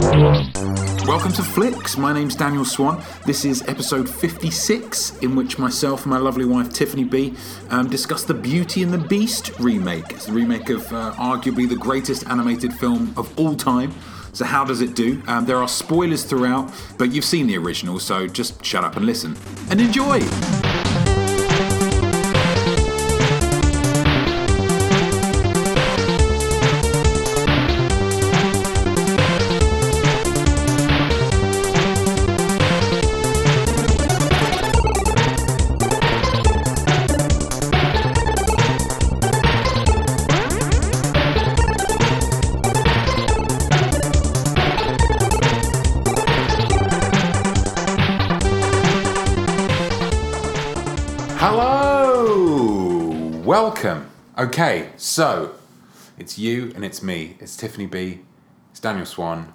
Welcome to Flicks. My name's Daniel Swan. This is episode 56, in which myself and my lovely wife Tiffany B um, discuss the Beauty and the Beast remake. It's the remake of uh, arguably the greatest animated film of all time. So, how does it do? Um, there are spoilers throughout, but you've seen the original, so just shut up and listen and enjoy. Hello! Welcome. Okay, so it's you and it's me. It's Tiffany B. It's Daniel Swan.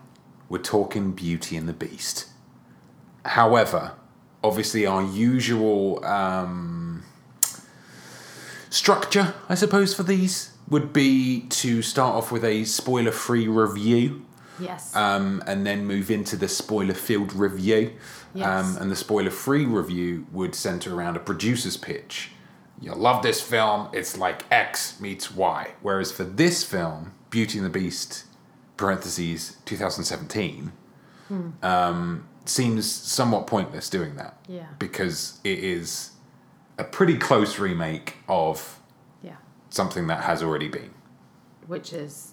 We're talking Beauty and the Beast. However, obviously, our usual um, structure, I suppose, for these would be to start off with a spoiler free review Yes. um, and then move into the spoiler filled review. Um, Yes. and the spoiler free review would center around a producer's pitch. You'll love this film, it's like X meets Y. Whereas for this film, Beauty and the Beast, parentheses, 2017, um, seems somewhat pointless doing that. Yeah. Because it is a pretty close remake of yeah. something that has already been Which is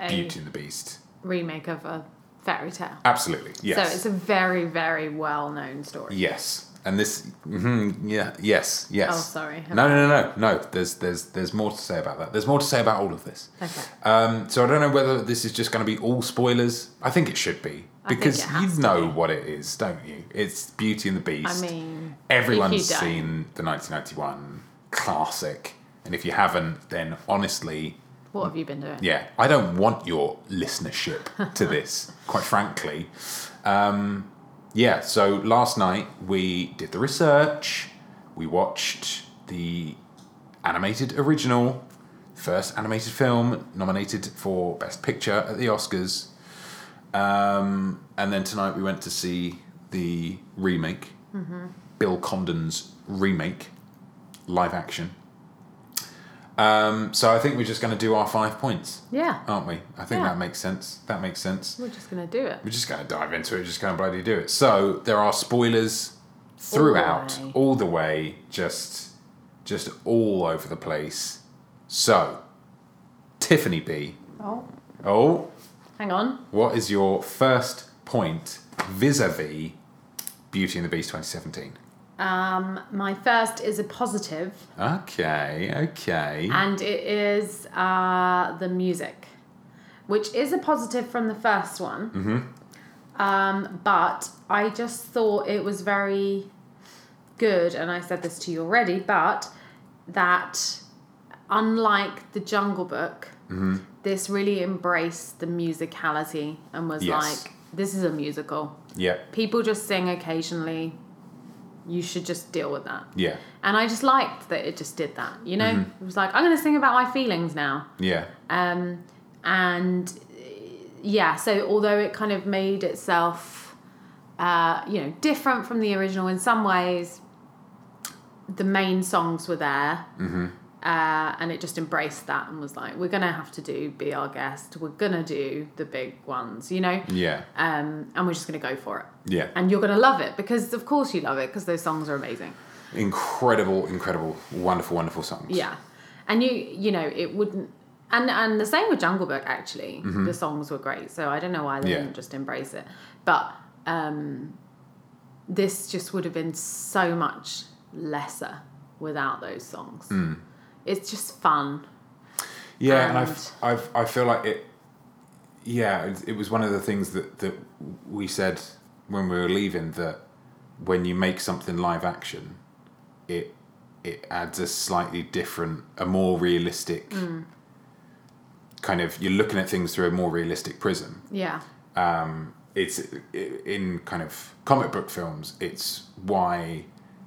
a Beauty and the Beast. remake of a fairy tale. Absolutely, yes. So it's a very, very well known story. Yes, and this, mhm, yeah, yes, yes. Oh, sorry. No, no, no, no, no. There's, there's, there's more to say about that. There's more to say about all of this. Okay. Um, so I don't know whether this is just going to be all spoilers. I think it should be I think because it has you to know be. what it is, don't you? It's Beauty and the Beast. I mean, everyone's if you don't- seen the 1991 classic, and if you haven't, then honestly, What have you been doing? yeah, I don't want your listenership to this, quite frankly. Um, yeah, so last night we did the research. We watched the animated original, first animated film nominated for Best Picture at the Oscars. Um, and then tonight we went to see the remake, Bill Condon's remake, live action. Um, so I think we're just going to do our five points Yeah. aren't we? I think Yeah. that makes sense. That makes sense. We're just going to do it. We're just going to dive into it. Just going to bloody do it. So there are spoilers throughout, All the way. all the way, just, just all over the place. So, Tiffany B. Oh, Oh, hang on. what is your first point vis-a-vis Beauty and the Beast 2017? Um, my first is a positive, Okay, okay. and it is uh, the music, which is a positive from the first one. Um, but I just thought it was very good, and I said this to you already, but that unlike the Jungle Book, this really embraced the musicality and was Yes. like, this is a musical. Yeah, People just sing occasionally. You should just deal with that. yeah, And I just liked that it just did that. You know, it was like, I'm going to sing about my feelings now. yeah, Um, and uh, yeah, so although it kind of made itself, uh, you know, different from the original in some ways, the main songs were there. Uh, and it just embraced that and was like, we're going to have to do Be Our Guest. We're going to do the big ones, you know? yeah, Um, and we're just going to go for it. yeah. And you're going to love it because, of course, you love it because those songs are amazing. Incredible, incredible, wonderful, wonderful songs. Yeah, and you you know it wouldn't. And, and the same with Jungle Book actually. The songs were great, so I don't know why they Mm-hmm. Yeah. didn't just embrace it. But um, this just would have been so much lesser without those songs. Mm. It's just fun. Yeah, and, And- I've, I've, I feel like it. Yeah, it, it was one of the things that that we said when we were leaving that when you make something live action, it it adds a slightly different, a more realistic kind of. You're looking at things through a more realistic prism. Yeah, It's i- in kind of comic book films. It's why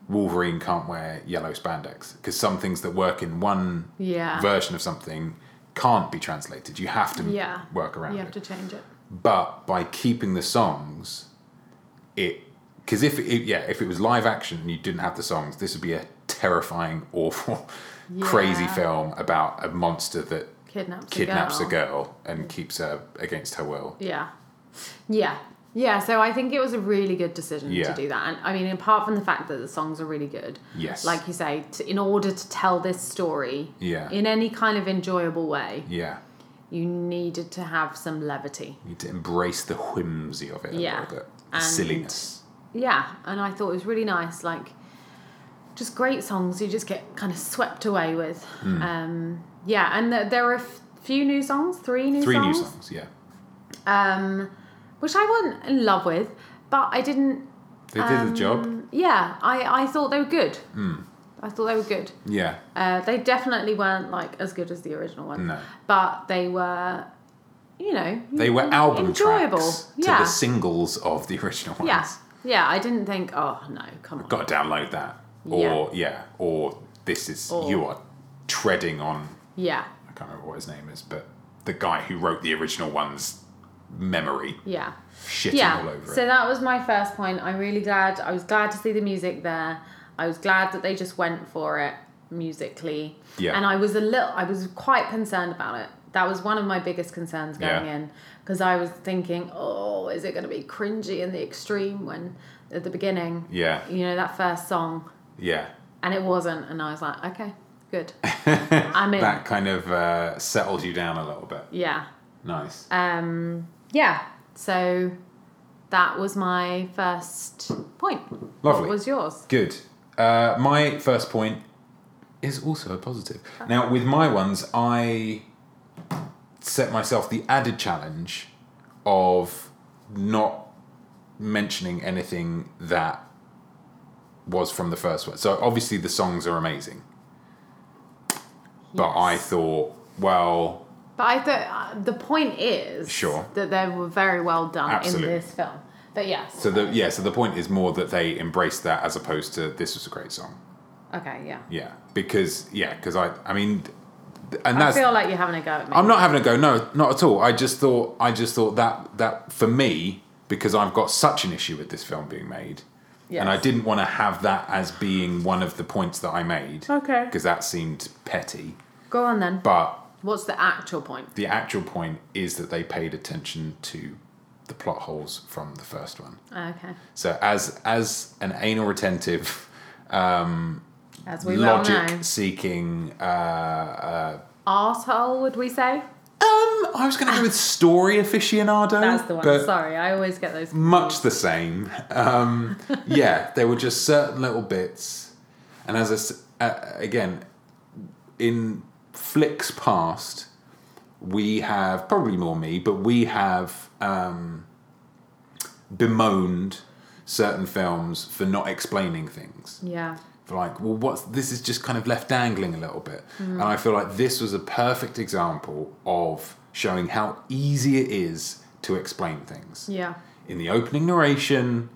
Wolverine can't wear yellow spandex because some things that work in one yeah, version of something can't be translated. You have to yeah. work around You have it. to change it. but by keeping the songs, it because if it, yeah, if it was live action and you didn't have the songs, this would be a terrifying, awful, crazy Yeah. film about a monster that Kidnaps, kidnaps a girl. a girl and keeps her against her will. Yeah. Yeah. Yeah, so I think it was a really good decision Yeah. to do that. And I mean, apart from the fact that the songs are really good, Yes. like you say, to, in order to tell this story Yeah. in any kind of enjoyable way, Yeah. you needed to have some levity. You need to embrace the whimsy of it a Yeah. little bit. The And- silliness. Yeah, and I thought it was really nice. Like, just great songs you just get kind of swept away with. Hmm. Um, yeah, and th- there were a f- few new songs, three new Three songs, new songs, yeah. Um, which I wasn't in love with, but I didn't. They did the job. um, Yeah, I, I thought they were good. Hmm. I thought they were good. Yeah. Uh, they definitely weren't like as good as the original one, No. but they were, you know, They were album enjoyable. tracks to yeah, the singles of the original ones. yeah, yeah. I didn't think, oh no, come on, Got to download that. Or yeah, or this is Or- you are treading on yeah, I can't remember what his name is, but the guy who wrote the original one's memory yeah. shitting yeah. all over so it. that was my first point. I'm really glad. I was glad to see the music there. I was glad that they just went for it musically. Yeah. And I was a little. I was quite concerned about it. That was one of my biggest concerns going Yeah. in because I was thinking, oh, is it going to be cringy in the extreme when at the beginning, Yeah. you know, that first song, Yeah. and it wasn't, and I was like, okay, good, I'm in. That kind of uh, settled you down a little bit. Yeah. Nice. Um. Yeah. So. That was my first point. Lovely. What was yours? Good. Uh, my first point is also a positive. Now, with my ones, I set myself the added challenge of not mentioning anything that was from the first one. So, obviously, the songs are amazing. But I thought, well, But I thought uh, the point is Sure. that they were very well done Absolutely. in this film. But yes. so the yeah, so the point is more that they embraced that as opposed to this was a great song. okay, yeah. Yeah, because yeah, because I I mean, th- and I that's feel like you're having a go at me. I'm not having a go. No, not at all. I just thought. I just thought that that for me because I've got such an issue with this film being made, and I Yes. didn't want to have that as being one of the points that I made. Okay. Because that seemed petty. Go on then. But What's the actual point? the actual point is that they paid attention to the plot holes from the first one. Okay. So as as an anal retentive, As we well know. logic seeking. uh, Arsehole, would we say? Um, I was going to go with story aficionado. That's the one. but- Sorry, I always get those. much the same. Um, yeah, there were just certain little bits, and as I s- uh, again, in flicks past, we have probably more me, but we have um, bemoaned certain films for not explaining things. Yeah. For like, well, what's this is just kind of left dangling a little bit, and I feel like this was a perfect example of showing how easy it is to explain things Yeah. in the opening narration,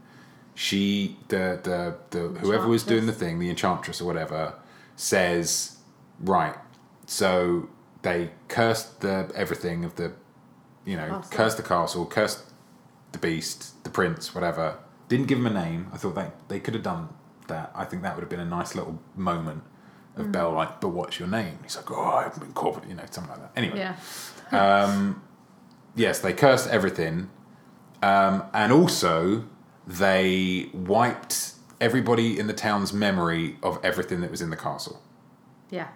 she the the, the whoever was doing the Enchantress. thing, the enchantress or whatever, says, right, so they cursed the everything of the you know, Castle. cursed the castle, cursed the beast, the prince, whatever. Didn't give him a name. I thought they they could have done that. I think that would have been a nice little moment Hmm. of Belle like, but what's your name? He's like, Oh, I haven't been corporate, you know, something like that. Anyway Yeah. yes, they cursed everything, um, and also they wiped everybody in the town's memory of everything that was in the castle. Yeah.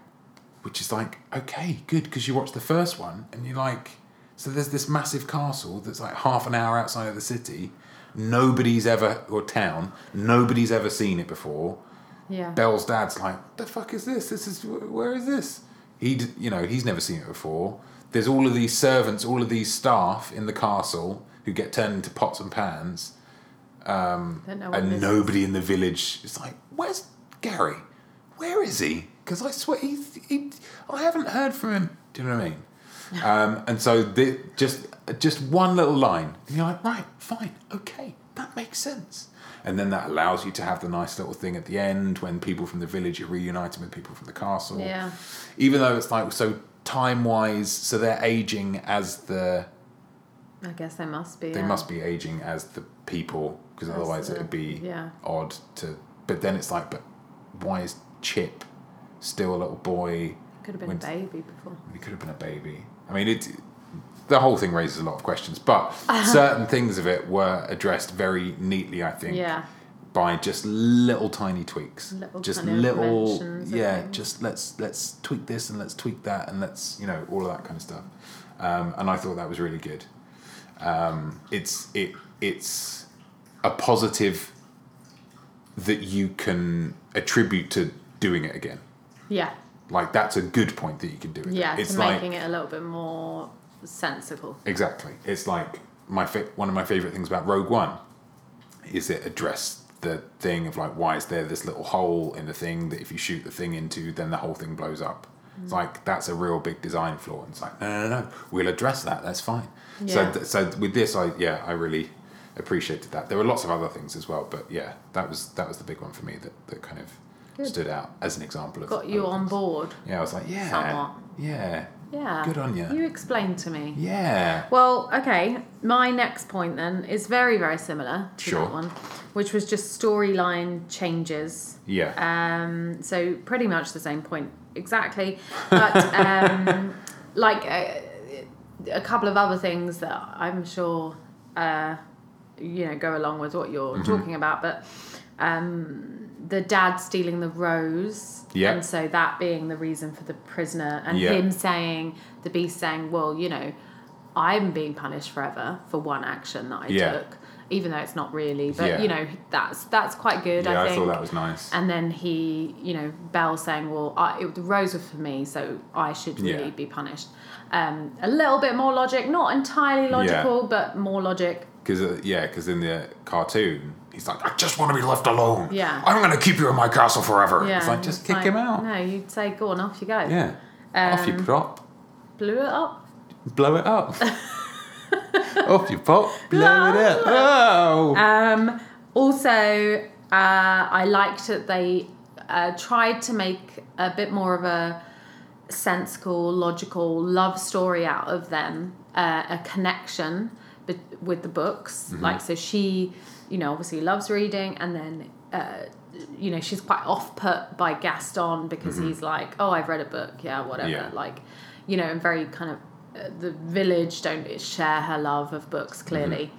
Which is like, okay, good, because you watch the first one and you're like, so there's this massive castle that's like half an hour outside of the city. Nobody's ever, or town, nobody's ever seen it before. Yeah. Bell's dad's like, the fuck is this? This is wh- where is this? He, d- you know, he's never seen it before. There's all of these servants, all of these staff in the castle who get turned into pots and pans, Don't know what and this- nobody in the village. It's like, where's Gary? Where is he? Because I swear he's, he, I haven't heard from him. Do you know what I mean? um, and so the, just just one little line, and you're like, right, fine, okay, that makes sense. And then that allows you to have the nice little thing at the end when people from the village are reunited with people from the castle. Yeah. Even though it's like so time wise, so they're aging as the I guess they must be. They yeah. must be aging as the people, because As otherwise the- it would be yeah. odd to. But then it's like, but why is Chip still a little boy? Could have been when- a baby before. He could have been a baby. I mean, it. The whole thing raises a lot of questions, but certain things of it were addressed very neatly, I think, Yeah. by just little tiny tweaks, Little just kind of little, mentions of yeah, things. just let's let's tweak this and let's tweak that and let's you know all of that kind of stuff. Um, and I thought that was really good. Um, it's it it's a positive that you can attribute to doing it again. Yeah. Like that's a good point that you can do it. Yeah. it's to like making it a little bit more sensical. Exactly. It's like my fa- one of my favorite things about Rogue One is it addressed the thing of like why is there this little hole in the thing that if you shoot the thing into then the whole thing blows up. Mm. It's like that's a real big design flaw. And it's like no no no, no. we'll address that. That's fine. So Yeah. th- so with this I yeah I really appreciated that. There were lots of other things as well, but yeah that was that was the big one for me that that kind of Good. stood out as an example of Got you other on things. board. Yeah, I was like yeah Somewhat. yeah Yeah. Good on ya. You explained to me. yeah. Well, okay. My next point then is very, very similar to Sure. that one, which was just storyline changes. Yeah. Um, so pretty much the same point exactly, but um, like a, a couple of other things that I'm sure uh, you know go along with what you're Mm-hmm. talking about, but um, the dad stealing the rose, Yeah. and so that being the reason for the prisoner and Yeah. him saying the beast saying, well, you know, I'm being punished forever for one action that I Yeah. took. Even though it's not really, but Yeah. you know that's that's quite good. yeah, I, I think. thought that was nice. And then he, you know, Bell saying, "Well, I, it, the rose was for me, so I should really Yeah. be punished." Um, a little bit more logic, not entirely logical, but more logic. Because uh, yeah, because in the cartoon, he's like, I just want to be left alone. Yeah. I'm gonna keep you in my castle forever. Yeah, it's like just kick him out. No, Um. you'd say, "Go on, off you go." Yeah, off you prop, Blew it up. blow it up. off you pop, blow it up. Oh, Um, also, uh, I liked that they uh, tried to make a bit more of a sensical, logical love story out of them, uh, a connection be- with the books. Like, so she, you know, obviously loves reading, and then. Uh, you know she's quite off put by Gaston because he's like, oh, I've read a book, yeah, whatever. Yeah. Like, you know, and very kind of uh, the village don't share her love of books clearly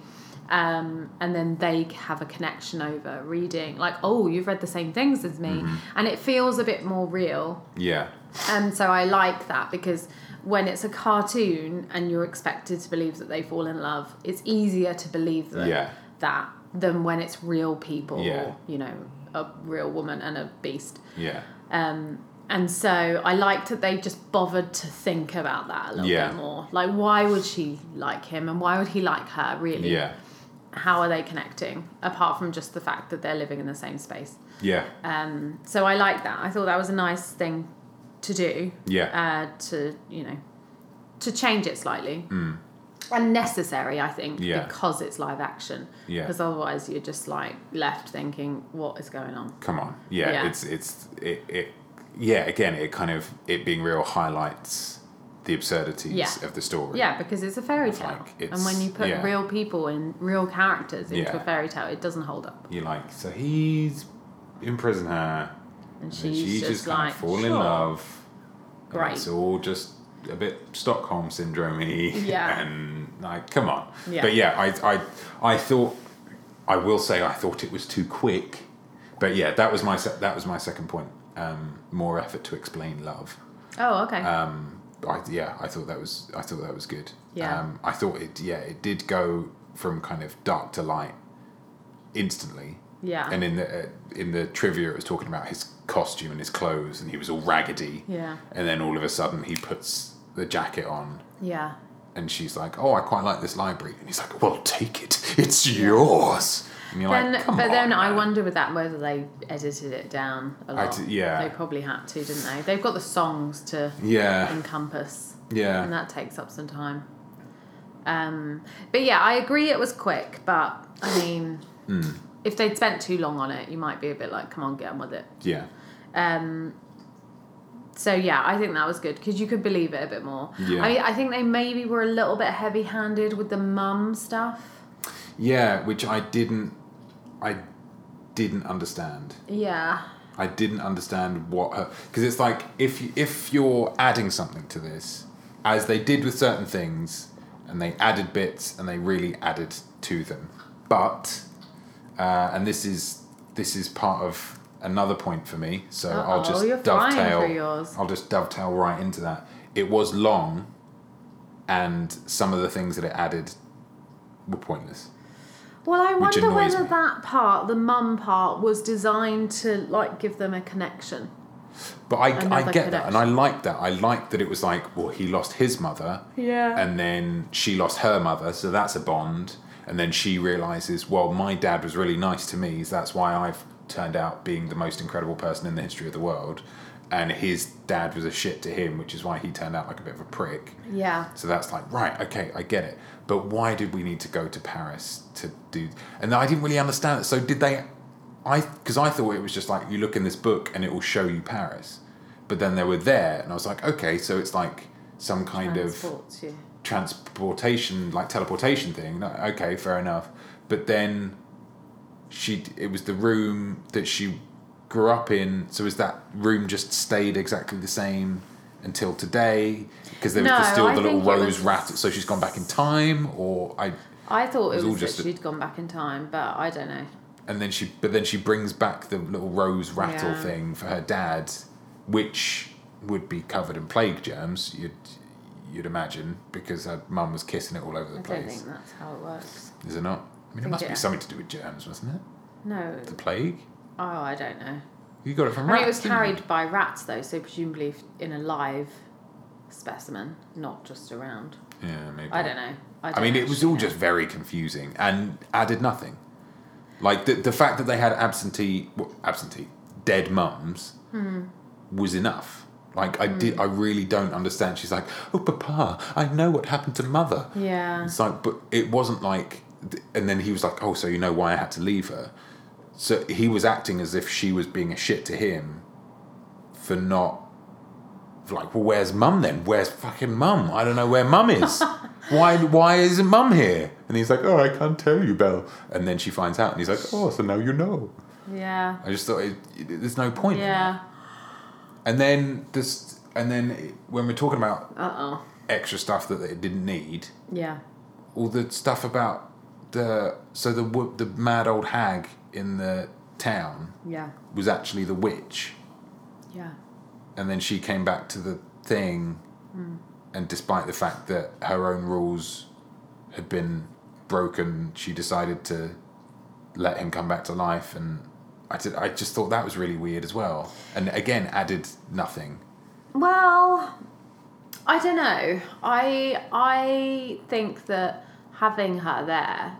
um, and then they have a connection over reading like oh you've read the same things as me and it feels a bit more real yeah, and Um, so i like that because when it's a cartoon and you're expected to believe that they fall in love it's easier to believe that, Yeah. that than when it's real people Yeah. or you know a real woman and a beast yeah, um, and so I liked that they just bothered to think about that a little Yeah. bit more. Like, why would she like him and why would he like her, really? yeah, How are they connecting, apart from just the fact that they're living in the same space? yeah, Um, so I liked that. I thought that was a nice thing to do, yeah, uh, to, you know, to change it slightly. And necessary, I think, Mm. Yeah. because it's live action. Yeah. Because otherwise you're just like left thinking, what is going on? Come on, yeah, Yeah. It's it's it, it yeah. Again, it kind of it being real highlights the absurdities Yeah. of the story. Yeah, because it's a fairy tale. like, it's- and when you put yeah. real people and real characters into Yeah. a fairy tale, it doesn't hold up. You're like, so he's in prison her. And she's, And she just, just, kind like, of fall in sure. love. And Great. It's all just a bit Stockholm syndromey. Yeah. and like, come on. Yeah. But yeah, I, I, I thought. I will say I thought it was too quick. But yeah, that was my se- that was my second point. Um, more effort to explain love. Oh, okay. Um, I, yeah, I thought that was I thought that was good. Yeah. Um, I thought it yeah it did go from kind of dark to light instantly. yeah. And in the uh, in the trivia, it was talking about his costume and his clothes, and he was all raggedy. yeah. And then all of a sudden, he puts the jacket on, Yeah. and she's like, "Oh, I quite like this library." And he's like, "Well, take it. It's yours." And you're Then, like, "Come but on." then I man." wonder with that whether they edited it down a I lot. d- yeah. They probably had to, didn't they? They've got the songs to Yeah, encompass, and yeah, that takes up some time. Um, but yeah, I agree it was quick, but I mean, Hmm. if they'd spent too long on it, you might be a bit like, come on, get on with it. yeah, Um, So yeah, I think that was good because you could believe it a bit more. Yeah. I mean, I think they maybe were a little bit heavy-handed with the mum stuff. Yeah, which I didn't I didn't understand. Yeah. I didn't understand what her because it's like if you, if you're adding something to this, as they did with certain things, and they added bits and they really added to them, but uh, and this is this is part of another point for me. So I'll Uh-oh, just you're flying dovetail. through yours. I'll just dovetail right into that. It was long, and some of the things that it added were pointless. Well, I Which wonder annoys whether me. that part, the mum part, was designed to like give them a connection. But I, I Another get that, and connection. I like that. I like that it was like, well, he lost his mother, Yeah. and then she lost her mother, so that's a bond. And then she realizes, well, my dad was really nice to me, so that's why I've turned out being the most incredible person in the history of the world. And his dad was a shit to him, which is why he turned out like a bit of a prick. Yeah. So that's like, right, okay, I get it. But why did we need to go to Paris to do? And I didn't really understand it. So did they? I because I thought it was just like you look in this book and it will show you Paris, but then they were there, and I was like, okay, so it's like some kind of Transports you. transportation, like teleportation thing. No, okay, fair enough. But then she, it was the room that she grew up in. So is that room just stayed exactly the same until today? Because there was the- No, still I the little think it rose was- rat. So she's gone back in time, or I, I thought it was all was, that just a- she'd gone back in time, but I don't know. and then she, but then she brings back the little rose rattle Yeah. thing for her dad, which would be covered in plague germs. You'd. You'd imagine because her mum was kissing it all over the I place. don't think that's how it works. Is it not? I mean, it Think must be it- something to do with germs, wasn't it? No. The plague? Oh, I don't know. You got it from I mean, rats. it was didn't you? carried by rats, though, so presumably f- in a live specimen, not just around. Yeah, maybe. I don't know. I, I don't mean, it was actually all know. just very confusing and added nothing. Like the the fact that they had absentee, well, absentee, dead mums Hmm. was enough. Like I did, I really don't understand. She's like, "Oh, Papa, I know what happened to Mother." Yeah. It's like, but it wasn't like, and then he was like, "Oh, so you know why I had to leave her?" So he was acting as if she was being a shit to him for not, for like, well, where's mum then? Where's fucking mum? I don't know where mum is. why? Why isn't mum here? And he's like, "Oh, I can't tell you, Belle." And then she finds out, and he's like, "Oh, so now you know." Yeah. I just thought it, it- there's no point. in that. Yeah. And then this, and then when we're talking about Uh oh. extra stuff that it didn't need, Yeah. all the stuff about the so the wo- the mad old hag in the town Yeah. was actually the witch, Yeah. and then she came back to the thing, Hmm. and despite the fact that her own rules had been broken, she decided to let him come back to life, and I did, I just thought that was really weird as well, and again added nothing. Well, I don't know. I I think that having her there,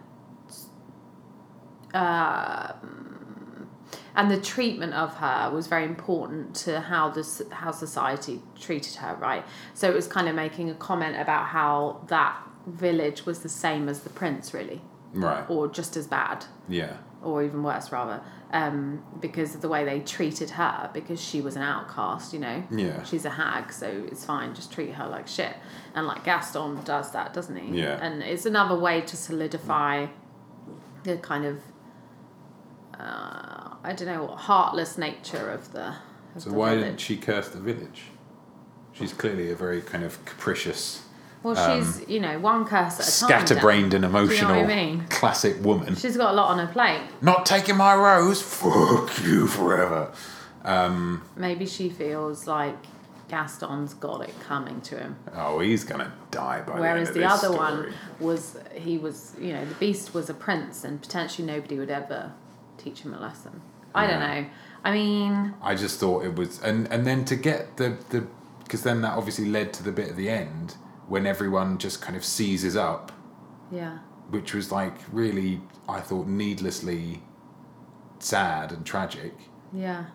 um, and the treatment of her was very important to how this how society treated her. Right, so it was kind of making a comment about how that village was the same as the prince, really, Right. or just as bad Yeah. or even worse rather um, because of the way they treated her because she was an outcast you know Yeah. she's a hag so it's fine just treat her like shit and like gaston does that doesn't he Yeah. and it's another way to solidify the kind of uh, i don't know what heartless nature of the of So the why didn't village. she curse the village? She's clearly a very kind of capricious well um, she's you know one curse at a time scatterbrained and you know emotional what I mean? classic woman. she's got a lot on her plate Not taking my rose, fuck you forever. maybe she feels like gaston's got it coming to him Oh, he's gonna die by Whereas the the end of other this one story. was he was you know the beast was a prince and potentially nobody would ever teach him a lesson. I don't Yeah. know. I mean, I just thought it was, and and then to get the the because then that obviously led to the bit at the end when everyone just kind of seizes up, yeah, which was like really I thought needlessly sad and tragic. yeah,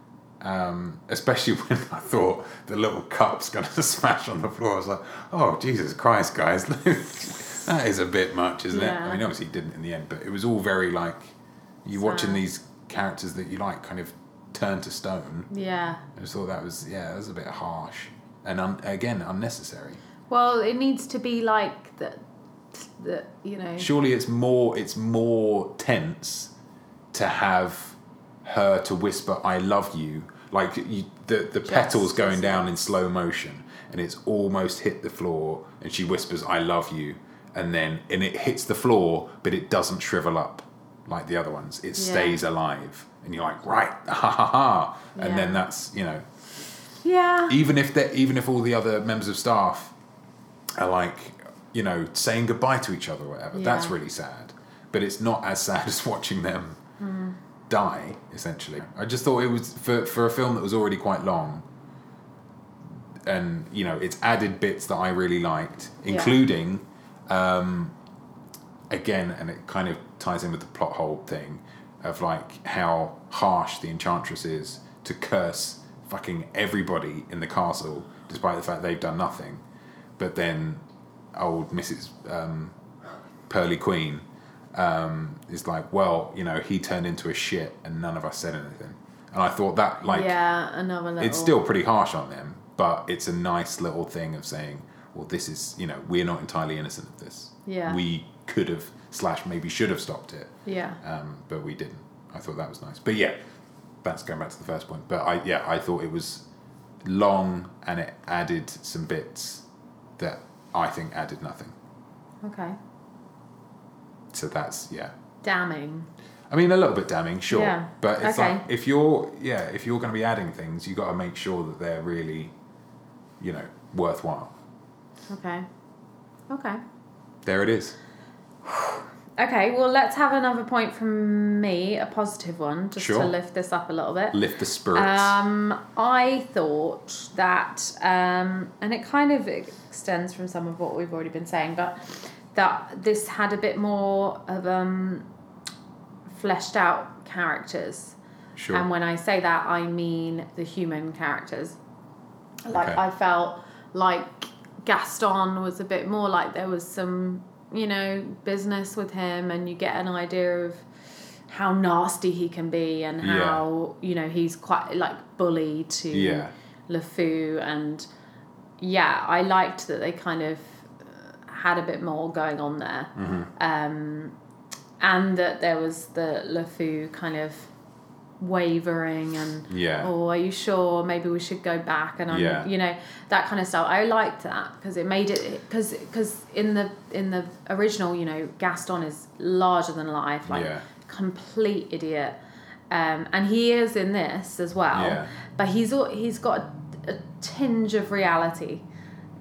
Um, especially when I thought the little cup's going to smash on the floor. I was like, oh, Jesus Christ, guys. that is a bit much, isn't it? I Yeah. mean, obviously, he didn't in the end, but it was all very like you watching Sad. these characters that you like kind of turned to stone. Yeah. I just thought that was yeah, that was a bit harsh and un- again unnecessary. Well, it needs to be like that. That you know. Surely it's more it's more tense to have her to whisper "I love you" like you, the the petals going down in slow motion, and it's almost hit the floor, and she whispers "I love you," and then and it hits the floor, but it doesn't shrivel up like the other ones. It Yeah. stays alive, and you're like, right, ha ha ha, and Yeah. then that's you know Yeah. even if they even if all the other members of staff are like you know saying goodbye to each other or whatever that's Yeah. really sad but it's not as sad as watching them die essentially i just thought it was for for a film that was already quite long and you know it's added bits that i really liked Yeah. including um again and it kind of ties in with the plot hole thing of like how harsh the enchantress is to curse fucking everybody in the castle despite the fact they've done nothing but then old mrs um pearly queen um is like well you know he turned into a shit and none of us said anything and i thought that like yeah. Another little. it's still pretty harsh on them, but it's a nice little thing of saying, well, this is, you know, we're not entirely innocent of this. Yeah. We could have, slash, maybe should have stopped it, Yeah. um, but we didn't. I thought that was nice. But yeah, that's going back to the first point. But I, yeah, I thought it was long and it added some bits that I think added nothing. Okay. So that's, yeah. Damning. I mean, a little bit damning, sure. Yeah. But it's Okay. like if you're, yeah, if you're going to be adding things, you got to make sure that they're really, you know, worthwhile. Okay. Okay. There it is. Okay, well, let's have another point from me, a positive one, just Sure. to lift this up a little bit. Lift the spirits. Um, I thought that, um, and it kind of extends from some of what we've already been saying, but that this had a bit more of um, fleshed out characters. sure. And when I say that, I mean the human characters. Like Okay. I felt like Gaston was a bit more like there was some, you know, business with him, and you get an idea of how nasty he can be and Yeah. how you know he's quite like bully to Yeah. LeFou and yeah, I liked that they kind of uh, had a bit more going on there. Mm-hmm. Um, and that there was the LeFou kind of wavering and yeah. oh are you sure maybe we should go back and I'm, Yeah. you know that kind of stuff i liked that because it made it because because in the in the original you know gaston is larger than life like Yeah. complete idiot um, and he is in this as well Yeah. but he's al- he's got a, a tinge of reality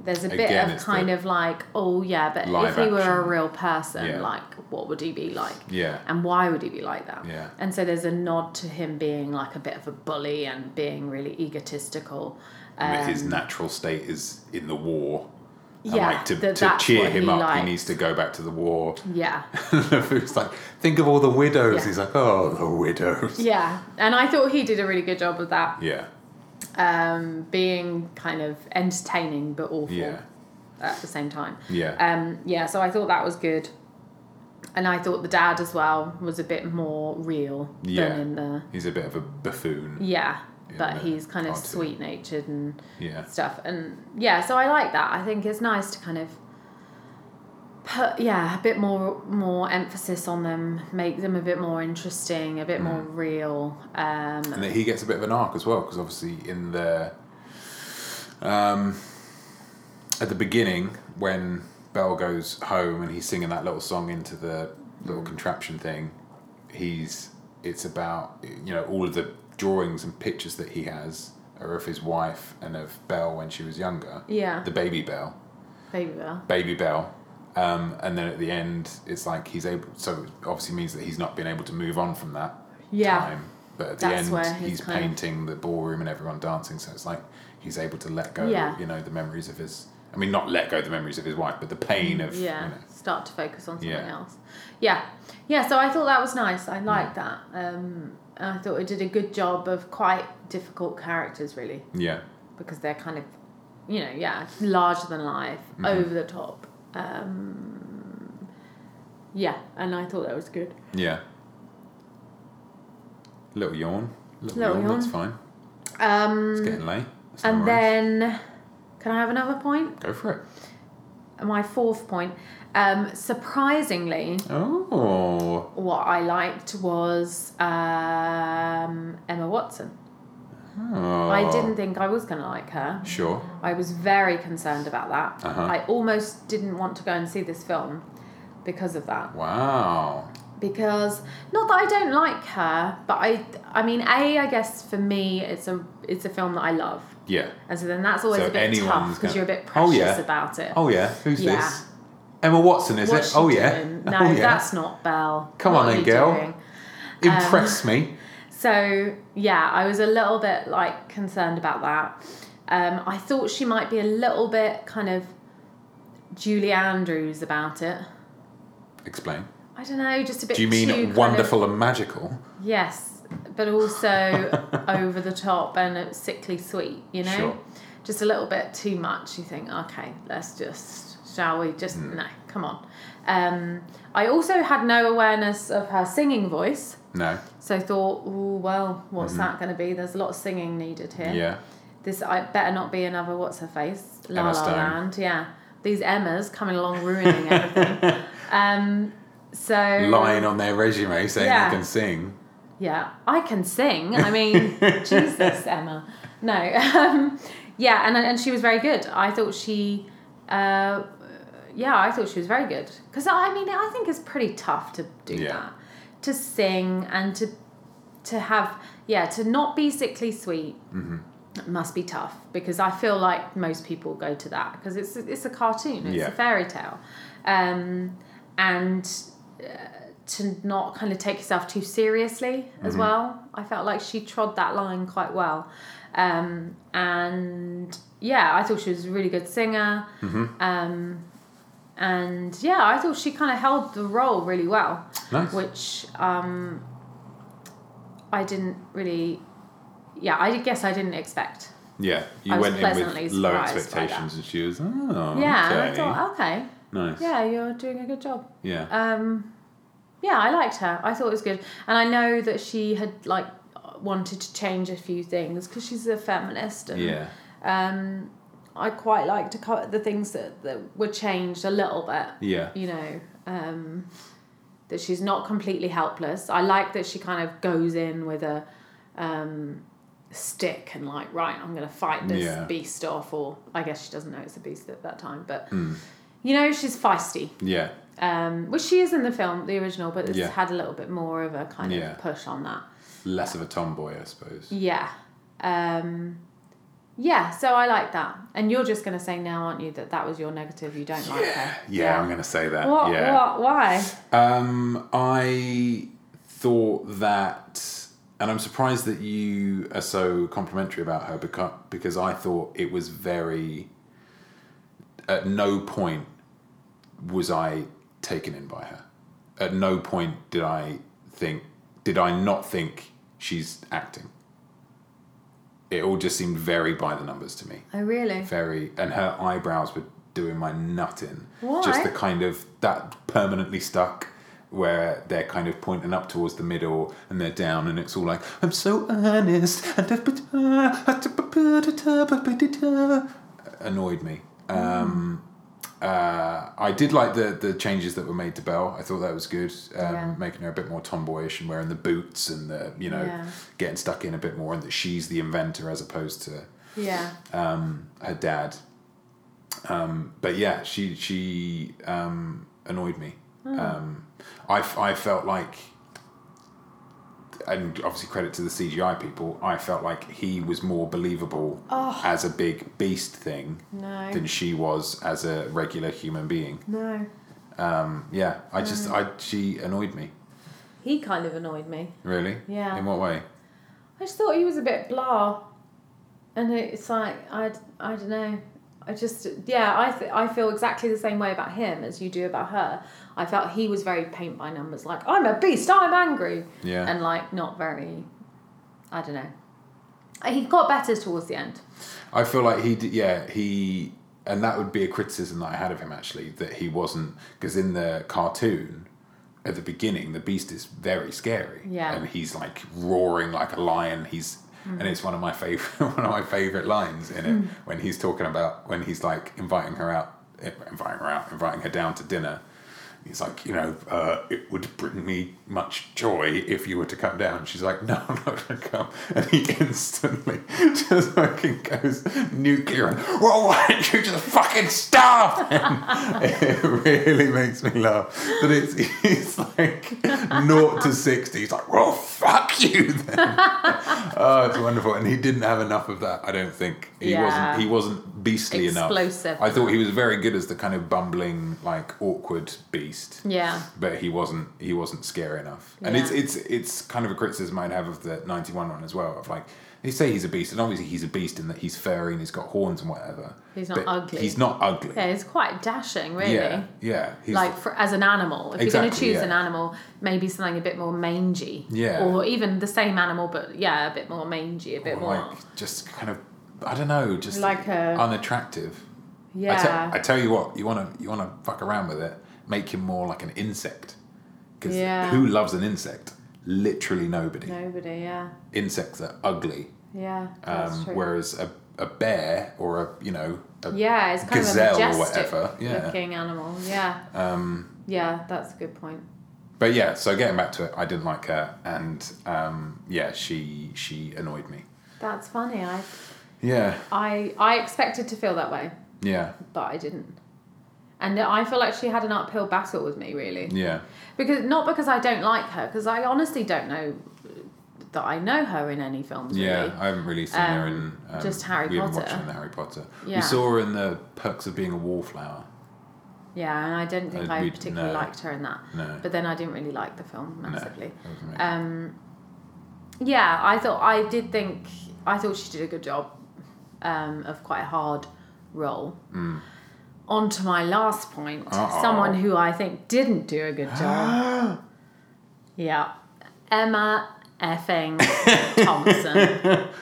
there's a bit Again, of it's kind the of like oh yeah but live if he were a action. real person Yeah. like what would he be like Yeah. and why would he be like that? Yeah. And so there's a nod to him being like a bit of a bully and being really egotistical. But Um, His natural state is in the war. And yeah, like to, that- to that's cheer what him he up, likes. he needs to go back to the war. yeah, it's like, think of all the widows. Yeah. He's like, oh, the widows. yeah. And I thought he did a really good job of that, Yeah. um, being kind of entertaining but awful Yeah. at the same time. Yeah. Um, yeah, so I thought that was good. And I thought the dad as well was a bit more real Yeah. than in the He's a bit of a buffoon. yeah, but the he's kind of cartoon. sweet natured and Yeah. stuff and yeah so i like that i think it's nice to kind of put yeah a bit more more emphasis on them make them a bit more interesting Mm. a bit more real um and that he gets a bit of an arc as well because obviously in the um, at the beginning when Bell goes home and he's singing that little song into the little contraption thing he's it's about you know all of the drawings and pictures that he has are of his wife and of Belle when she was younger yeah the baby Belle baby girl baby Bell. Um, and then at the end, it's like he's able. So it obviously means that he's not been able to move on from that Yeah. time. But at the That's where end, his he's kind of- painting the ballroom and everyone dancing. So it's like he's able to let go. Yeah. You know the memories of his. I mean, not let go the memories of his wife, but the pain of. yeah You know, start to focus on something Yeah. else yeah yeah so i thought that was nice i Mm. liked that um and i thought it did a good job of quite difficult characters really yeah. because they're kind of, you know, yeah, larger than life, Mm-hmm. over the top. Um, yeah, and I thought that was good. Yeah. Little yawn. Little, Little yawn, yawn. that's fine. Um, It's getting late. That's no and worries. then, can I have another point? Go for it. My fourth point. Um, surprisingly, Oh. what I liked was um, Emma Watson. Oh. I didn't think I was going to like her. Sure. I was very concerned about that. Uh-huh. I almost didn't want to go and see this film because of that. Wow. Because not that I don't like her, but I I mean, A, I guess for me it's a it's a film that I love. Yeah. And so then that's always So a bit tough anyone's gonna- because you're a bit Oh, precious yeah. about it. Oh yeah. Who's Yeah. this? Emma Watson, is What's it? she Oh yeah. doing? No, oh yeah. that's not Belle. Come What on are then, you girl. doing? Impress um, me. So yeah, I was a little bit like concerned about that. Um, I thought she might be a little bit kind of Julie Andrews about it. Explain. I don't know, just a bit. Do you too kind mean of- wonderful and magical? yes, but also over the top and sickly sweet. You know, Sure. just a little bit too much. You think, okay, let's just, shall we? Just Hmm. no, come on. Um, I also had no awareness of her singing voice. No. So I thought, oh well, what's that going to be? There's a lot of singing needed here. Mm-hmm. Yeah. This I better not be another what's her face La Emma La Stone. Land. Yeah, these Emmas coming along ruining everything. um, so Lying on their resume saying Yeah. they can sing. yeah, I can sing. I mean, Jesus, Emma. No, um, yeah, and and she was very good. I thought she, uh, yeah, I thought she was very good because I mean I think it's pretty tough to do Yeah. that, to sing and to to have yeah to not be sickly sweet. Must be tough because I feel like most people go to that because it's it's a cartoon, it's Yeah. a fairy tale, um, and uh, to not kind of take yourself too seriously as well. I felt like she trod that line quite well. Um, and yeah, I thought she was a really good singer. Um, and yeah, I thought she kind of held the role really well, Nice. which um, I didn't really, yeah, I guess I didn't expect. Yeah. You I was went in pleasantly with low surprised by expectations and she was, oh, Yeah, and okay. I thought, okay, nice. yeah, you're doing a good job. Yeah. um, yeah, I liked her. I thought it was good, and I know that she had like wanted to change a few things because she's a feminist, and yeah. um, I quite liked to co- the things that, that were changed a little bit. Yeah. You know, um, that she's not completely helpless. I like that she kind of goes in with a um, stick and like, right, I'm going to fight this Yeah. beast off, or I guess she doesn't know it's a beast at that time, but Hmm. you know, she's feisty Yeah. um, which she is in the film, the original, but it's Yeah. had a little bit more of a kind Yeah. of push on that. Less of a tomboy, I suppose. Yeah. Um, yeah, so I like that. And you're just going to say now, aren't you, that that was your negative, you don't like her? Yeah, I'm going to say that. What, yeah. what, why? Um, I thought that, and I'm surprised that you are so complimentary about her because because I thought it was very. At no point was I taken in by her. At no point did I think did I not think she's acting. It all just seemed very by the numbers to me Oh, really? very and her eyebrows were doing my nut in Why? just the kind of that permanently stuck where they're kind of pointing up towards the middle and they're down and it's all like i'm so earnest and annoyed me um uh, I did like the the changes that were made to Belle. I thought that was good, um, Yeah. making her a bit more tomboyish and wearing the boots and the you know Yeah. getting stuck in a bit more, and that she's the inventor as opposed to Yeah. um, her dad. Um, but yeah, she she um, annoyed me. Hmm. Um, I, f- I felt like, and obviously credit to the CGI people, I felt like he was more believable Oh. as a big beast thing No. than she was as a regular human being. No. Um, yeah, I just Hmm. I she annoyed me He kind of annoyed me. really. Yeah. In what way? I just thought he was a bit blah. And it's like, I, I don't know. I just, yeah, I, th- I feel exactly the same way about him as you do about her. I felt he was very paint by numbers, like, I'm a beast, I'm angry. Yeah. And like, not very, I don't know. He got better towards the end. I feel like he did, yeah, he, and that would be a criticism that I had of him actually, that he wasn't, because in the cartoon, at the beginning, the beast is very scary. Yeah. And he's like roaring like a lion. He's and it's one of my favorite one of my favorite lines in it when he's talking about when he's like inviting her out, eh, inviting her out, inviting her down to dinner. He's like, you know, uh, it would bring me much joy if you were to come down. She's like, no, I'm not going to come. And he instantly just fucking goes nuclear. And, well, why don't you just fucking stop? And it really makes me laugh. But it's, it's like naught to 60. He's like, well, fuck you then. oh, it's wonderful. And he didn't have enough of that, I don't think. He Yeah. wasn't He wasn't beastly Explosive. enough. I thought he was very good as the kind of bumbling, like awkward beast Yeah. but he wasn't he wasn't scary enough. And Yeah. it's it's it's kind of a criticism I'd have of the ninety one one as well. Of like they say he's a beast, and obviously he's a beast in that he's furry and he's got horns and whatever. He's not but ugly. He's not ugly. Yeah, it's quite dashing, really. Yeah, yeah. He's Like for, as an animal, if you're going to Exactly, choose yeah. an animal, maybe something a bit more mangy, Yeah. or even the same animal, but yeah, a bit more mangy, a bit or more, like just kind of I don't know, just Like a- unattractive. I, te- yeah, I tell you what, you want to you want to fuck around with it, make him more like an insect. Because Yeah. who loves an insect? Literally nobody. nobody, yeah, Insects are ugly. yeah, that's Um, true. whereas a, a bear or a you know a, yeah, it's kind gazelle of or a majestic whatever, yeah. looking animal, yeah, um, yeah, that's a good point. but yeah. So getting back to it, I didn't like her, and um, yeah, she she annoyed me. That's funny. I Yeah, I I expected to feel that way, yeah, but I didn't. And I feel like she had an uphill battle with me, really. yeah, because not because I don't like her, because I honestly don't know that I know her in any films. yeah. really. I haven't really seen her in Um, just Harry we haven't Potter. watched her in the Harry Potter. Yeah. We saw her in the Perks of Being a Wallflower. yeah, and I don't think Uh, I we- particularly no. liked her in that. No, But then I didn't really like the film no, that massively. wasn't me. Um, yeah, I thought I did think I thought she did a good job um, of quite a hard role. On to my last point, Mm. Uh-oh. someone who I think didn't do a good job. Yeah. Emma effing Thompson.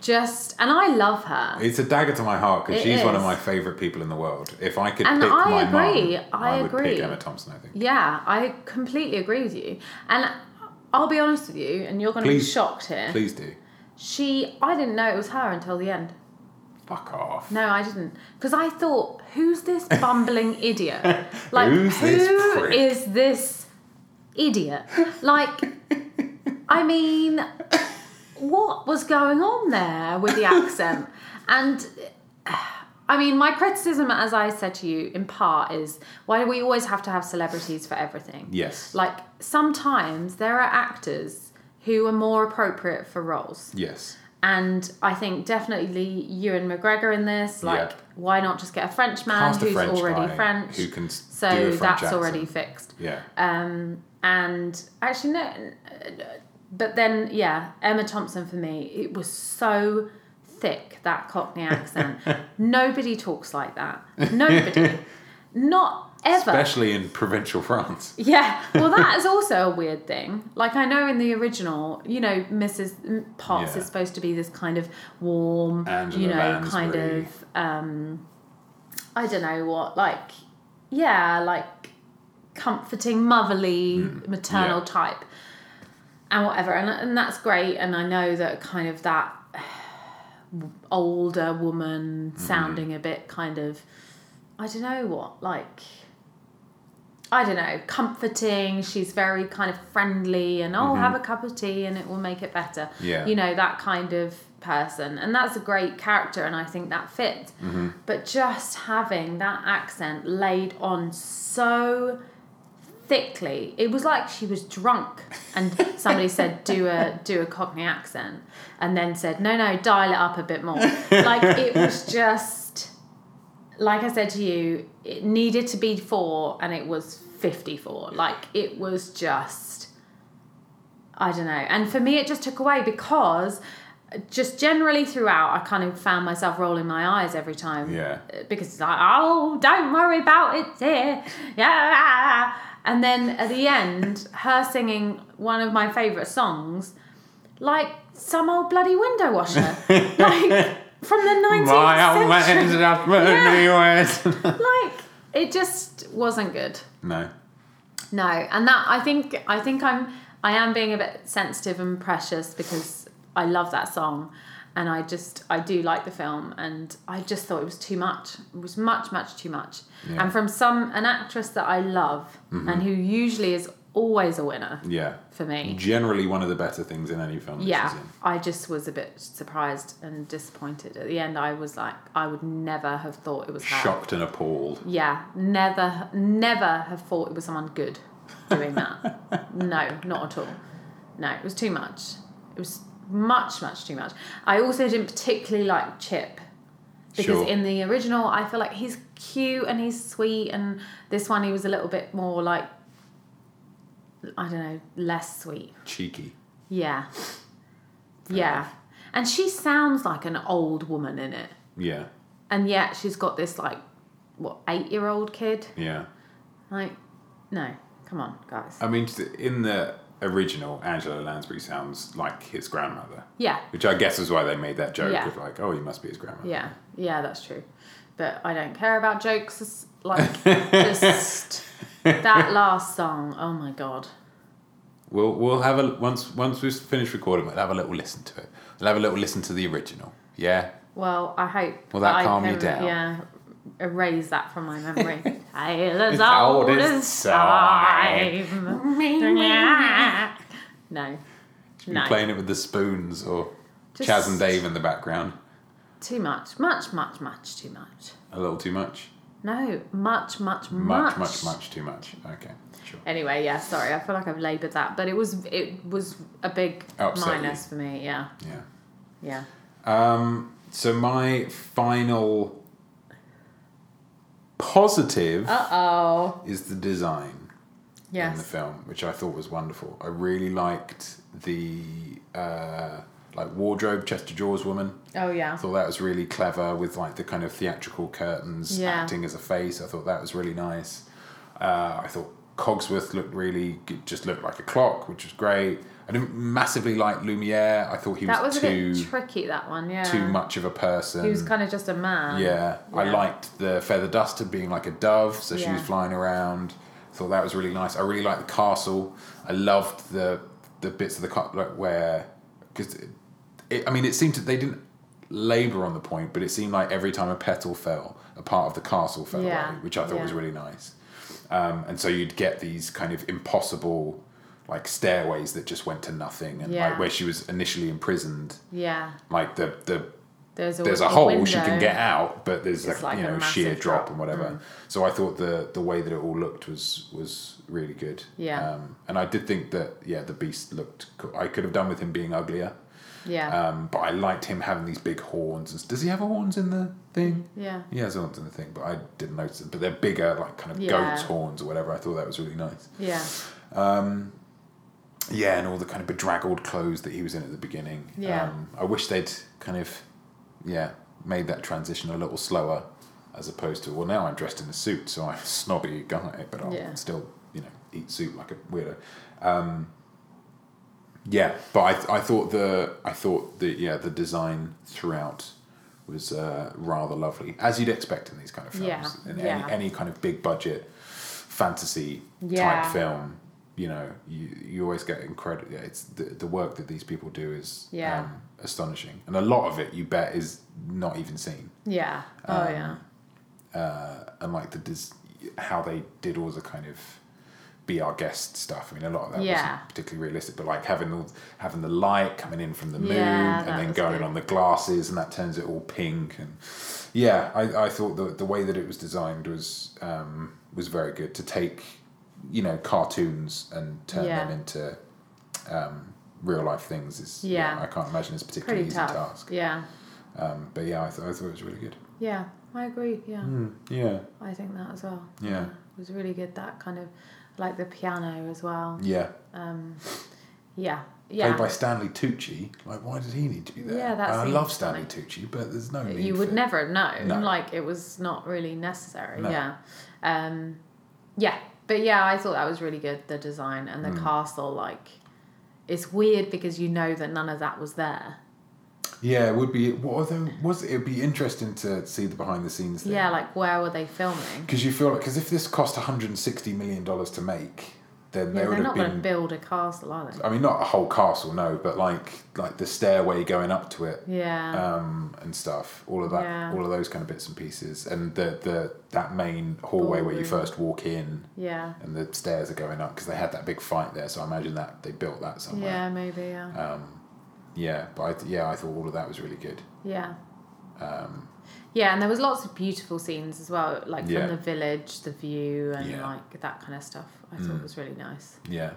Just, and I love her. it's a dagger to my heart because It she's one of is. my favorite people in the world. If I could And pick I my agree, mum, I would pick agree. Emma Thompson. I think. Yeah, I completely agree with you. And I'll be honest with you, and you're going to be Please. shocked here. Please do. She, I didn't know it was her until the end. Fuck off. No, I didn't. Because I thought, who's this bumbling idiot? Like, Who's who this prick? is this idiot? Like, I mean, what was going on there with the accent? And I mean, my criticism, as I said to you in part, is why do we always have to have celebrities for everything? Yes. Like, sometimes there are actors who are more appropriate for roles. yes. And I think definitely Ewan McGregor in this. Like, Yeah. why not just get a French man Cast a who's French already guy French? who can s- so do a French that's accent. already fixed. Yeah. Um, and actually, no. uh, But then, yeah, Emma Thompson for me, it was so thick that Cockney accent. Nobody talks like that. Nobody. not ever. Especially in provincial France. Yeah, well, that is also a weird thing. Like I know in the original, you know, Mrs. Potts Yeah. is supposed to be this kind of warm, Angela you know, kind Lansbury. of um, I don't know what, like, yeah, like comforting, motherly, maternal Mm, yeah. type, and whatever, and and that's great. And I know that kind of that older woman Mm-hmm. sounding a bit kind of I don't know what, like, I don't know, comforting. She's very kind of friendly and, oh, have a cup of tea and it will make it better. Yeah. You know, that kind of person. And that's a great character and I think that fits. But just having that accent laid on so thickly it was like she was drunk and somebody said do a do a cockney accent and then said no no dial it up a bit more like it was just like I said to you, it needed to be four and it was 54. Like it was just, I don't know. And for me, it just took away because just generally throughout, I kind of found myself rolling my eyes every time. Yeah. Uh, Because it's like, oh, don't worry about it, dear. Yeah. And then at the end, her singing one of my favourite songs, like some old bloody window washer. like from the 19th century like it just wasn't good no. No, and that I think I think I'm I am being a bit sensitive and precious because I love that song, and I just I do like the film, and I just thought it was too much. It was much much too much, Yeah. Mm-hmm. and from some an actress that I love and who usually is always a winner Yeah. for me. Generally, one of the better things in any film. that she's Yeah, in. I just was a bit surprised and disappointed. At the end, I was like, I would never have thought it was her. Shocked and appalled. Yeah, never, never have thought it was someone good doing that. no, not at all. No, it was too much. It was much, much too much. I also didn't particularly like Chip because Sure. in the original, I feel like he's cute and he's sweet, and this one he was a little bit more like I don't know, less sweet. Cheeky. Yeah, yeah. And she sounds like an old woman in it, Yeah. and yet she's got this like what eight year old kid. Yeah. Like, no, come on, guys. I mean, in the original, Angela Lansbury sounds like his grandmother, yeah, which I guess is why they made that joke Yeah. of like, oh, he must be his grandmother. yeah, yeah, that's true. But I don't care about jokes. it's Like, just that last song. Oh my god. We'll we'll have a once once we've finished recording, we'll have a little listen to it. We'll have a little listen to the original. Yeah. Well, I hope. Will that I calm you can, down? Yeah, erase that from my memory. Tale It's as old old as as time. time. No, Be no, Playing it with the spoons or Just- Chaz and Dave in the background. too much, much, much, much, too much. A little too much. No, much, much, Much, much, much too much. Okay. Sure. Anyway, yeah, sorry. I feel like I've laboured that, but it was it was a big Upset you. minus for me. Yeah, Yeah. yeah. Um, so my final positive Uh oh. is the design in the Yes. film, which I thought was wonderful. I really liked the uh, like wardrobe Chester Jaws woman. Oh yeah. I thought that was really clever with like the kind of theatrical curtains Yeah. acting as a face. I thought that was really nice. Uh, I thought Cogsworth looked really good, just looked like a clock, which was great. I didn't massively like Lumiere. I thought he That was, was a too bit tricky. That one. Yeah. too much of a person. He was kind of just a man. Yeah, I Yeah. liked the feather duster being like a dove, so she Yeah. was flying around. Thought that was really nice. I really liked the castle. I loved the the bits of the cut like where because it, it, I mean it seemed to they didn't labor on the point, but it seemed like every time a petal fell, a part of the castle fell Yeah, away, which I thought yeah. was really nice. Um, and so you'd get these kind of impossible like stairways that just went to nothing, and Yeah. like where she was initially imprisoned, Yeah. like the the There's a there's a a hole she can window. get out, but there's It's like, like you a know sheer massive drop drop. Mm. and whatever. So I thought the the way that it all looked was was really good. Yeah. Um, and I did think that yeah, the beast looked. cool. I could have done with him being uglier, Yeah. um, but I liked him having these big horns. And s- Does he have horns in the thing? yeah. Yeah, there's horns in the thing, but I didn't notice them. But they're bigger, like kind of Yeah. goat's horns or whatever. I thought that was really nice. Yeah. Yeah, and all the kind of bedraggled clothes that he was in at the beginning. Yeah. Um, I wish they'd kind of, yeah, made that transition a little slower as opposed to, well, now I'm dressed in a suit, so I'm a snobby guy, but I'll Yeah. still, you know, eat soup like a weirdo. Um, yeah, but I, I thought the, I thought the, yeah, the design throughout was uh, rather lovely, as you'd expect in these kind of films. Yeah, In yeah. Any, any kind of big budget fantasy Yeah. type film you know you, you always get incredible it's the, the work that these people do is Yeah. um, astonishing and a lot of it you bet is not even seen Yeah. Oh Um, yeah. uh, and like the dis- how they did all the kind of be our guest stuff i mean a lot of that Yeah. wasn't particularly realistic but like having all having the light coming in from the moon Yeah, and that then was going good. on the glasses and that turns it all pink and yeah i, I thought the, the way that it was designed was um, was very good to take you know cartoons and turn Yeah. them into um, real life things is Yeah. i can't imagine it's a particularly Pretty easy tough. task Yeah. um, but yeah I, th- I thought it was really good Yeah. I agree. Yeah. yeah I think that as well. Mm. Yeah. It was really good. That kind of like the piano as well. yeah Um, yeah. Yeah. played by Stanley Tucci. Like, why did he need to be there? Yeah, that And I seems love Stanley Tucci, but there's no need. you would for- never know. No. Like it was not really necessary. No. Yeah. Um, yeah. But yeah, I thought that was really good. The design and the Mm. castle, like, it's weird because you know that none of that was there. Yeah, it would be. What although was it? would be interesting to see the behind the scenes. Thing. Yeah, like where were they filming? Because you feel like because if this cost 160 million dollars to make, then there Yeah, they're would have not going to been. Uh, build a castle, are they? I mean, not a whole castle, no, but like like the stairway going up to it. Yeah. um, and stuff. All of that, Yeah. all of those kind of bits and pieces, and the the that main hallway where you Ballroom. first walk in, yeah. and the stairs are going up because they had that big fight there. So I imagine that they built that somewhere. Yeah, maybe. Yeah. Um, Yeah, but I th- yeah, I thought all of that was really good. Um, yeah. yeah, and there was lots of beautiful scenes as well, like Yeah. from the village, the view, and Yeah. Mm. like that kind of stuff. I thought was really nice. Yeah,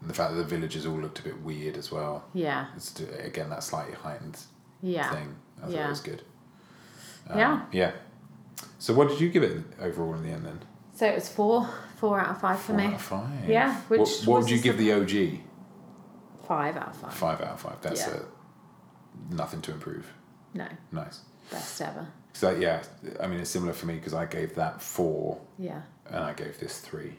and the fact that the villages all looked a bit weird as well. Yeah. It's t- again that slightly heightened Yeah. thing. I thought it Yeah. was good. Um, Yeah. Yeah. So what did you give it overall in the end then? So it was four, four out of five for Four me. out of five. Yeah, What, which what was would you the give the OG? Five out of five. Five out of five. That's Yeah. a, nothing to improve. No, Nice. best ever. So yeah, I mean it's similar for me because I gave that four Yeah. and I gave this three.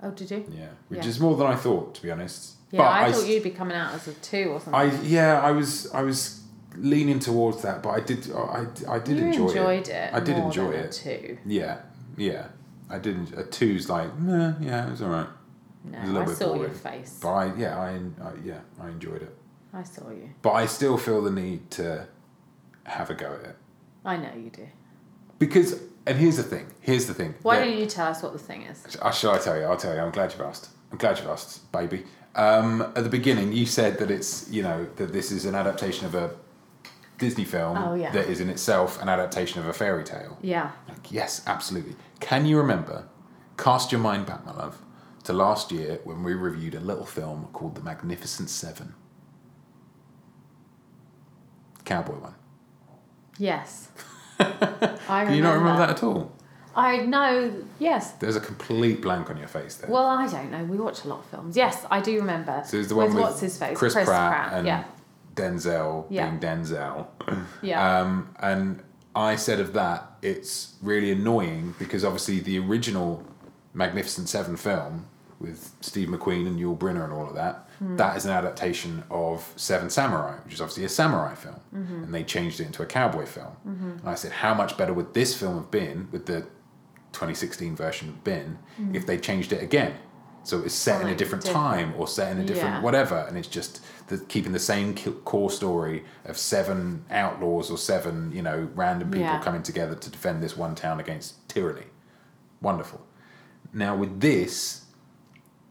Oh, did you? Yeah, which Yeah. is more than I thought to be honest. Yeah, I, s- thought you'd be coming out as a two or something. I yeah, I was I was leaning towards that, but I did I, I did you enjoy it. enjoyed it. I did more enjoy than a it. Two. Yeah, yeah, I did. en- A two's like meh, yeah, it was all right. No, A little I bit saw your boring. face. But I yeah I, I yeah I enjoyed it, I saw you. but I still feel the need to have a go at it I know you do. because and here's the thing here's the thing Why that- don't you tell us what the thing is? Uh, Shall I tell you? I'll tell you. I'm glad you've asked. I'm glad you've asked, baby. Um, at the beginning, you said that it's you know that this is an adaptation of a Disney film Oh, yeah. that is in itself an adaptation of a fairy tale. Yeah. Like, yes, absolutely. Can you remember? Cast your mind back, my love, to last year when we reviewed a little film called The Magnificent Seven. Cowboy one. Yes. I remember. Do you not remember that at all? I know. Yes. There's a complete blank on your face there. Well, I don't know. We watch a lot of films. Yes, I do remember. So it's the one with, what's his face? Chris, Pratt, and yeah. Denzel Yeah. being Denzel. Yeah. Um, and I said of that, it's really annoying because obviously the original Magnificent Seven film with Steve McQueen and Yul Brynner and all of that, Hmm. that is an adaptation of Seven Samurai, which is obviously a samurai film. Mm-hmm. And they changed it into a cowboy film. And I said, how much better would this film have been with the 2016 version of Bin Mm-hmm. if they changed it again. So it's set in a Something different different. time or set in a different Yeah. whatever, and it's just the, keeping the same ki- core story of seven outlaws or seven, you know, random people Yeah. coming together to defend this one town against tyranny. Wonderful. Now with this,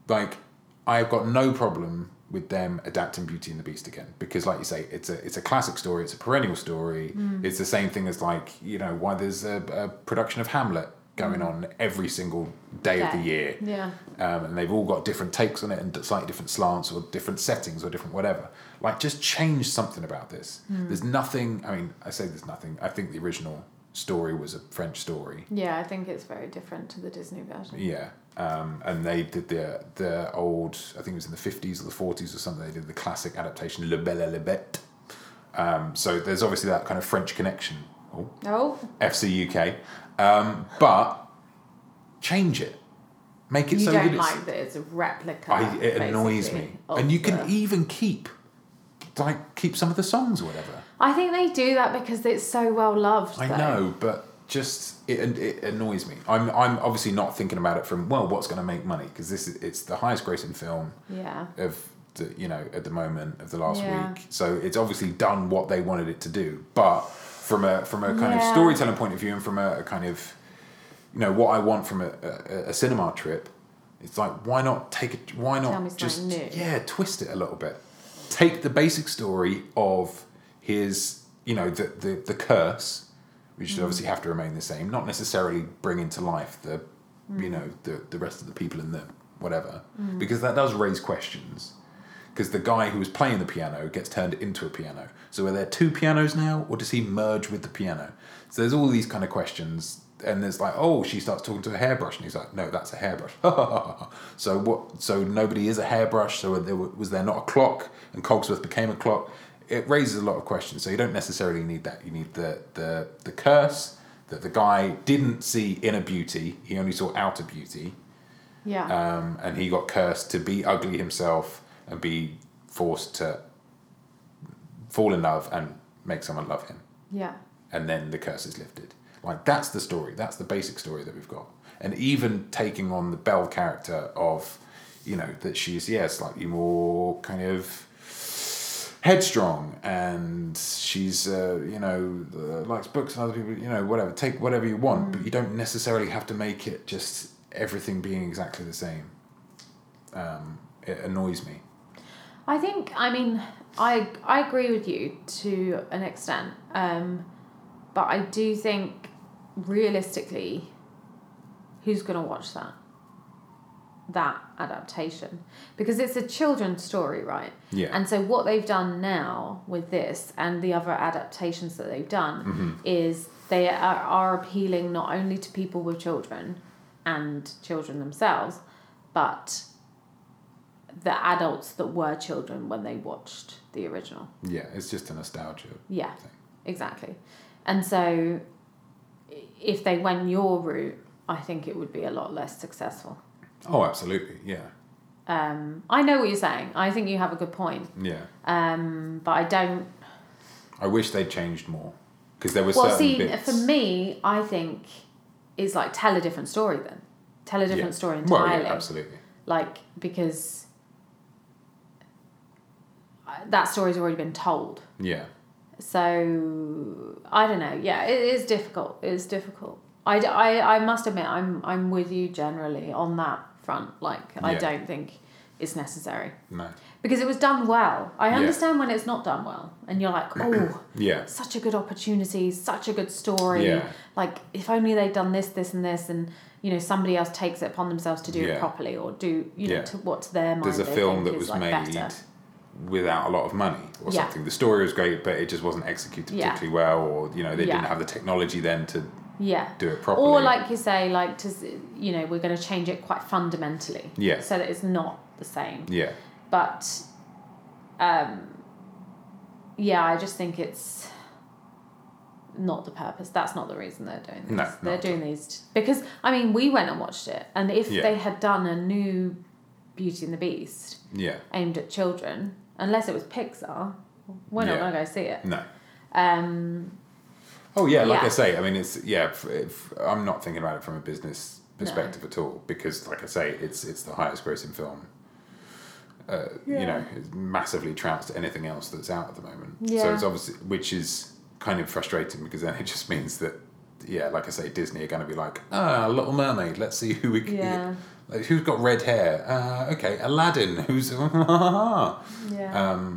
like, I've got no problem with them adapting Beauty and the Beast again because, like you say, it's a it's a classic story, it's a perennial story. Mm. It's the same thing as like you know why there's a, a production of Hamlet going on every single day of the Day. year Mm. yeah. um, and they've all got different takes on it and slightly different slants or different settings or different whatever. Like, just change something about this. Hmm. There's nothing. I mean, I say there's nothing. I think the original story was a French story. Yeah, I think it's very different to the Disney version. Yeah. Um, and they did the the old, I think it was in the 50s or the 40s or something, they did the classic adaptation, Le Belle et la Bête. Um, so there's obviously that kind of French connection. Oh, Oh, FC UK. Um, but change it. Make it you so don't that it's, like that it's a replica. I, it annoys basically, me. of And you can the- even keep, like, keep some of the songs or whatever. I think they do that because it's so well loved. I though. know, but just it, and it annoys me. I'm I'm obviously not thinking about it from well, what's going to make money because this is it's the highest grossing film Yeah. of the you know at the moment of the last Yeah. week. So it's obviously done what they wanted it to do, but from a from a kind of Yeah. storytelling point of view and from a, a kind of you know what I want from a, a, a cinema trip, it's like why not take it? Why Tell me not something just new. yeah twist it a little bit? Take the basic story of his you know the the, the curse, which should Mm. obviously have to remain the same. Not necessarily bring into life the Mm. you know the the rest of the people in the whatever because that does raise questions because the guy who was playing the piano gets turned into a piano. So are there two pianos now, or does he merge with the piano? So there's all these kind of questions, and there's like, oh, she starts talking to a hairbrush, and he's like, no, that's a hairbrush. so what? So nobody is a hairbrush. So there, w- was there not a clock? And Cogsworth became a clock. It raises a lot of questions. So you don't necessarily need that. You need the the the curse that the guy didn't see inner beauty. He only saw outer beauty Yeah. um, and he got cursed to be ugly himself and be forced to fall in love and make someone love him, Yeah. and then the curse is lifted. Like that's the story. That's the basic story that we've got. And even taking on the Belle character of, you know, that she's yeah slightly more kind of headstrong and she's uh, you know uh, likes books and other people you know whatever take whatever you want but you don't necessarily have to make it just everything being exactly the same um, it annoys me I think I mean I I agree with you to an extent, um, but I do think realistically, who's gonna watch that? That adaptation because it's a children's story, right? yeah And so what they've done now with this and the other adaptations that they've done is they are, are appealing not only to people with children and children themselves, but the adults that were children when they watched the original. yeah it's just a nostalgia Yeah, Thing. exactly. And so i- if they went your route, I think it would be a lot less successful. oh absolutely yeah Um, I know what you're saying. I think you have a good point. yeah Um, but I don't I wish they changed more because there were Well, certain see, bits. for me, I think is like tell a different story then. Tell a Yeah. different story well, entirely. yeah, absolutely. Like because I- that story's already been told. Yeah, So I don't know. Yeah, it is difficult. It's difficult. I, d- I, I must admit, I'm I'm with you generally on that front. Like I Yeah. don't think it's necessary no, because it was done well. I Yeah. understand when it's not done well, and you're like, oh. yeah, such a good opportunity, such a good story. Yeah. Like if only they'd done this, this, and this, and you know somebody else takes it upon themselves to do Yeah. it properly or do you know Yeah. to what to their mind. there's a they film think that is, was like, made better. without a lot of money or Yeah. something. The story was great, but it just wasn't executed Yeah. particularly well, or you know they Yeah. didn't have the technology then to Yeah. do it properly. Or like you say, like to s- you know we're going to change it quite fundamentally. Yeah. So that it's not the same. yeah, But, um, yeah, I just think it's not the purpose. That's not the reason they're doing this. No, not they're at doing these t- because I mean we went and watched it, and if Yeah. they had done a new Beauty and the Beast yeah, aimed at children, unless it was Pixar, we're not Yeah. gonna go see it. no. Um, Oh yeah, like Yeah. I say, I mean it's yeah. If, if, I'm not thinking about it from a business perspective at all because, like I say, it's it's the highest grossing film. Uh, You Yeah. know, it's massively trounced anything else that's out at the moment. So Yeah. it's obviously which is kind of frustrating because then it just means that yeah, like I say, Disney are going to be like, ah, Little Mermaid. Let's see who we can. yeah, Like, who's got red hair? Uh, okay, Aladdin. Who's um? yeah,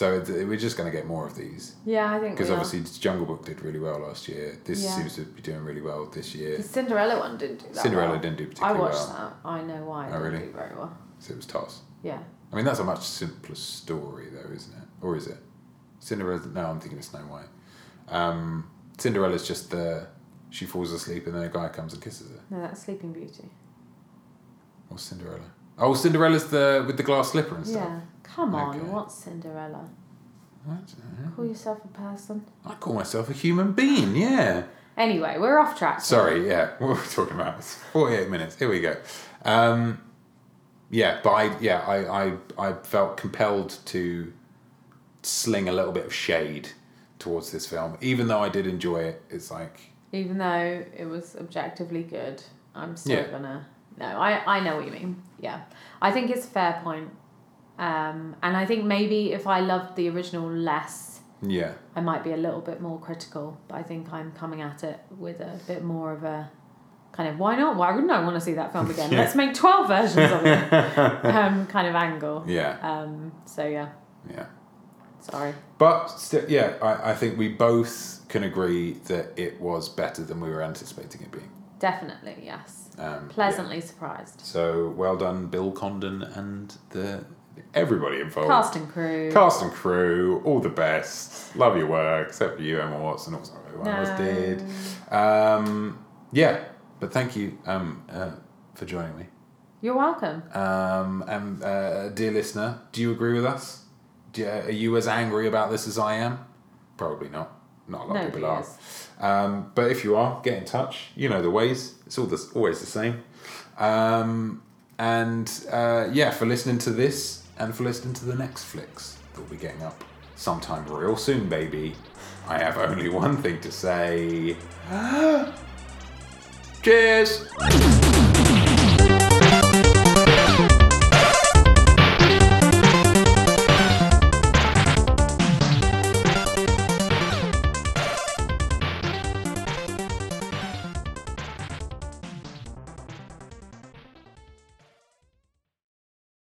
So it, we're just going to get more of these. yeah. I think Because we are. obviously Jungle Book did really well last year. This Yeah. seems to be doing really well this the year. Cinderella one didn't do that. Cinderella well. didn't do I particularly watched well, that. I know why. It Oh, didn't really? do very well. so it was toss. Yeah. I mean, that's a much simpler story, though, isn't it? Or is it? Cinderella? No, I'm thinking of Snow White. Um, Cinderella's just the she falls asleep and then a guy comes and kisses her. No, that's Sleeping Beauty. Or Cinderella? Oh, Cinderella's the with the glass slipper and stuff. Yeah. Come on, Okay. what's Cinderella? That's- Call yourself a person. I call myself a human being. Yeah. Anyway, we're off track. Sorry, yeah, what were we talking about? It's 48 minutes. Here we go. Um, yeah, but I, yeah, I, I, I felt compelled to sling a little bit of shade towards this film, even though I did enjoy it. It's like, Even though it was objectively good, I'm still Yeah. gonna. No, I, I know what you mean. Yeah. I think it's a fair point. Um, and I think maybe if I loved the original less, yeah, I might be a little bit more critical. But I think I'm coming at it with a bit more of a kind of why not? Why wouldn't I want to see that film again? Yeah. Let's make 12 versions of it um, kind of angle. yeah, Um, so, yeah. yeah. Sorry. But still, yeah, I, I think we both can agree that it was better than we were anticipating it being. Definitely, yes. Um, yeah. Pleasantly surprised. So well done, Bill Condon and the everybody involved. Cast and crew. Cast and crew, all the best. Love your work, except for you, Emma Watson. Also, everyone else No. did. Um, yeah, but thank you um, uh, for joining me. You're welcome. Um, and uh, dear listener, do you agree with us? Do you, are you as angry about this as I am? Probably not. Not a lot of Nobody people are. is. Um, but if you are, get in touch. You know the ways. It's all the, always the same. Um, and uh, yeah, for listening to this and for listening to the next flicks that we'll be getting up sometime real soon, baby. I have only one thing to say. Cheers!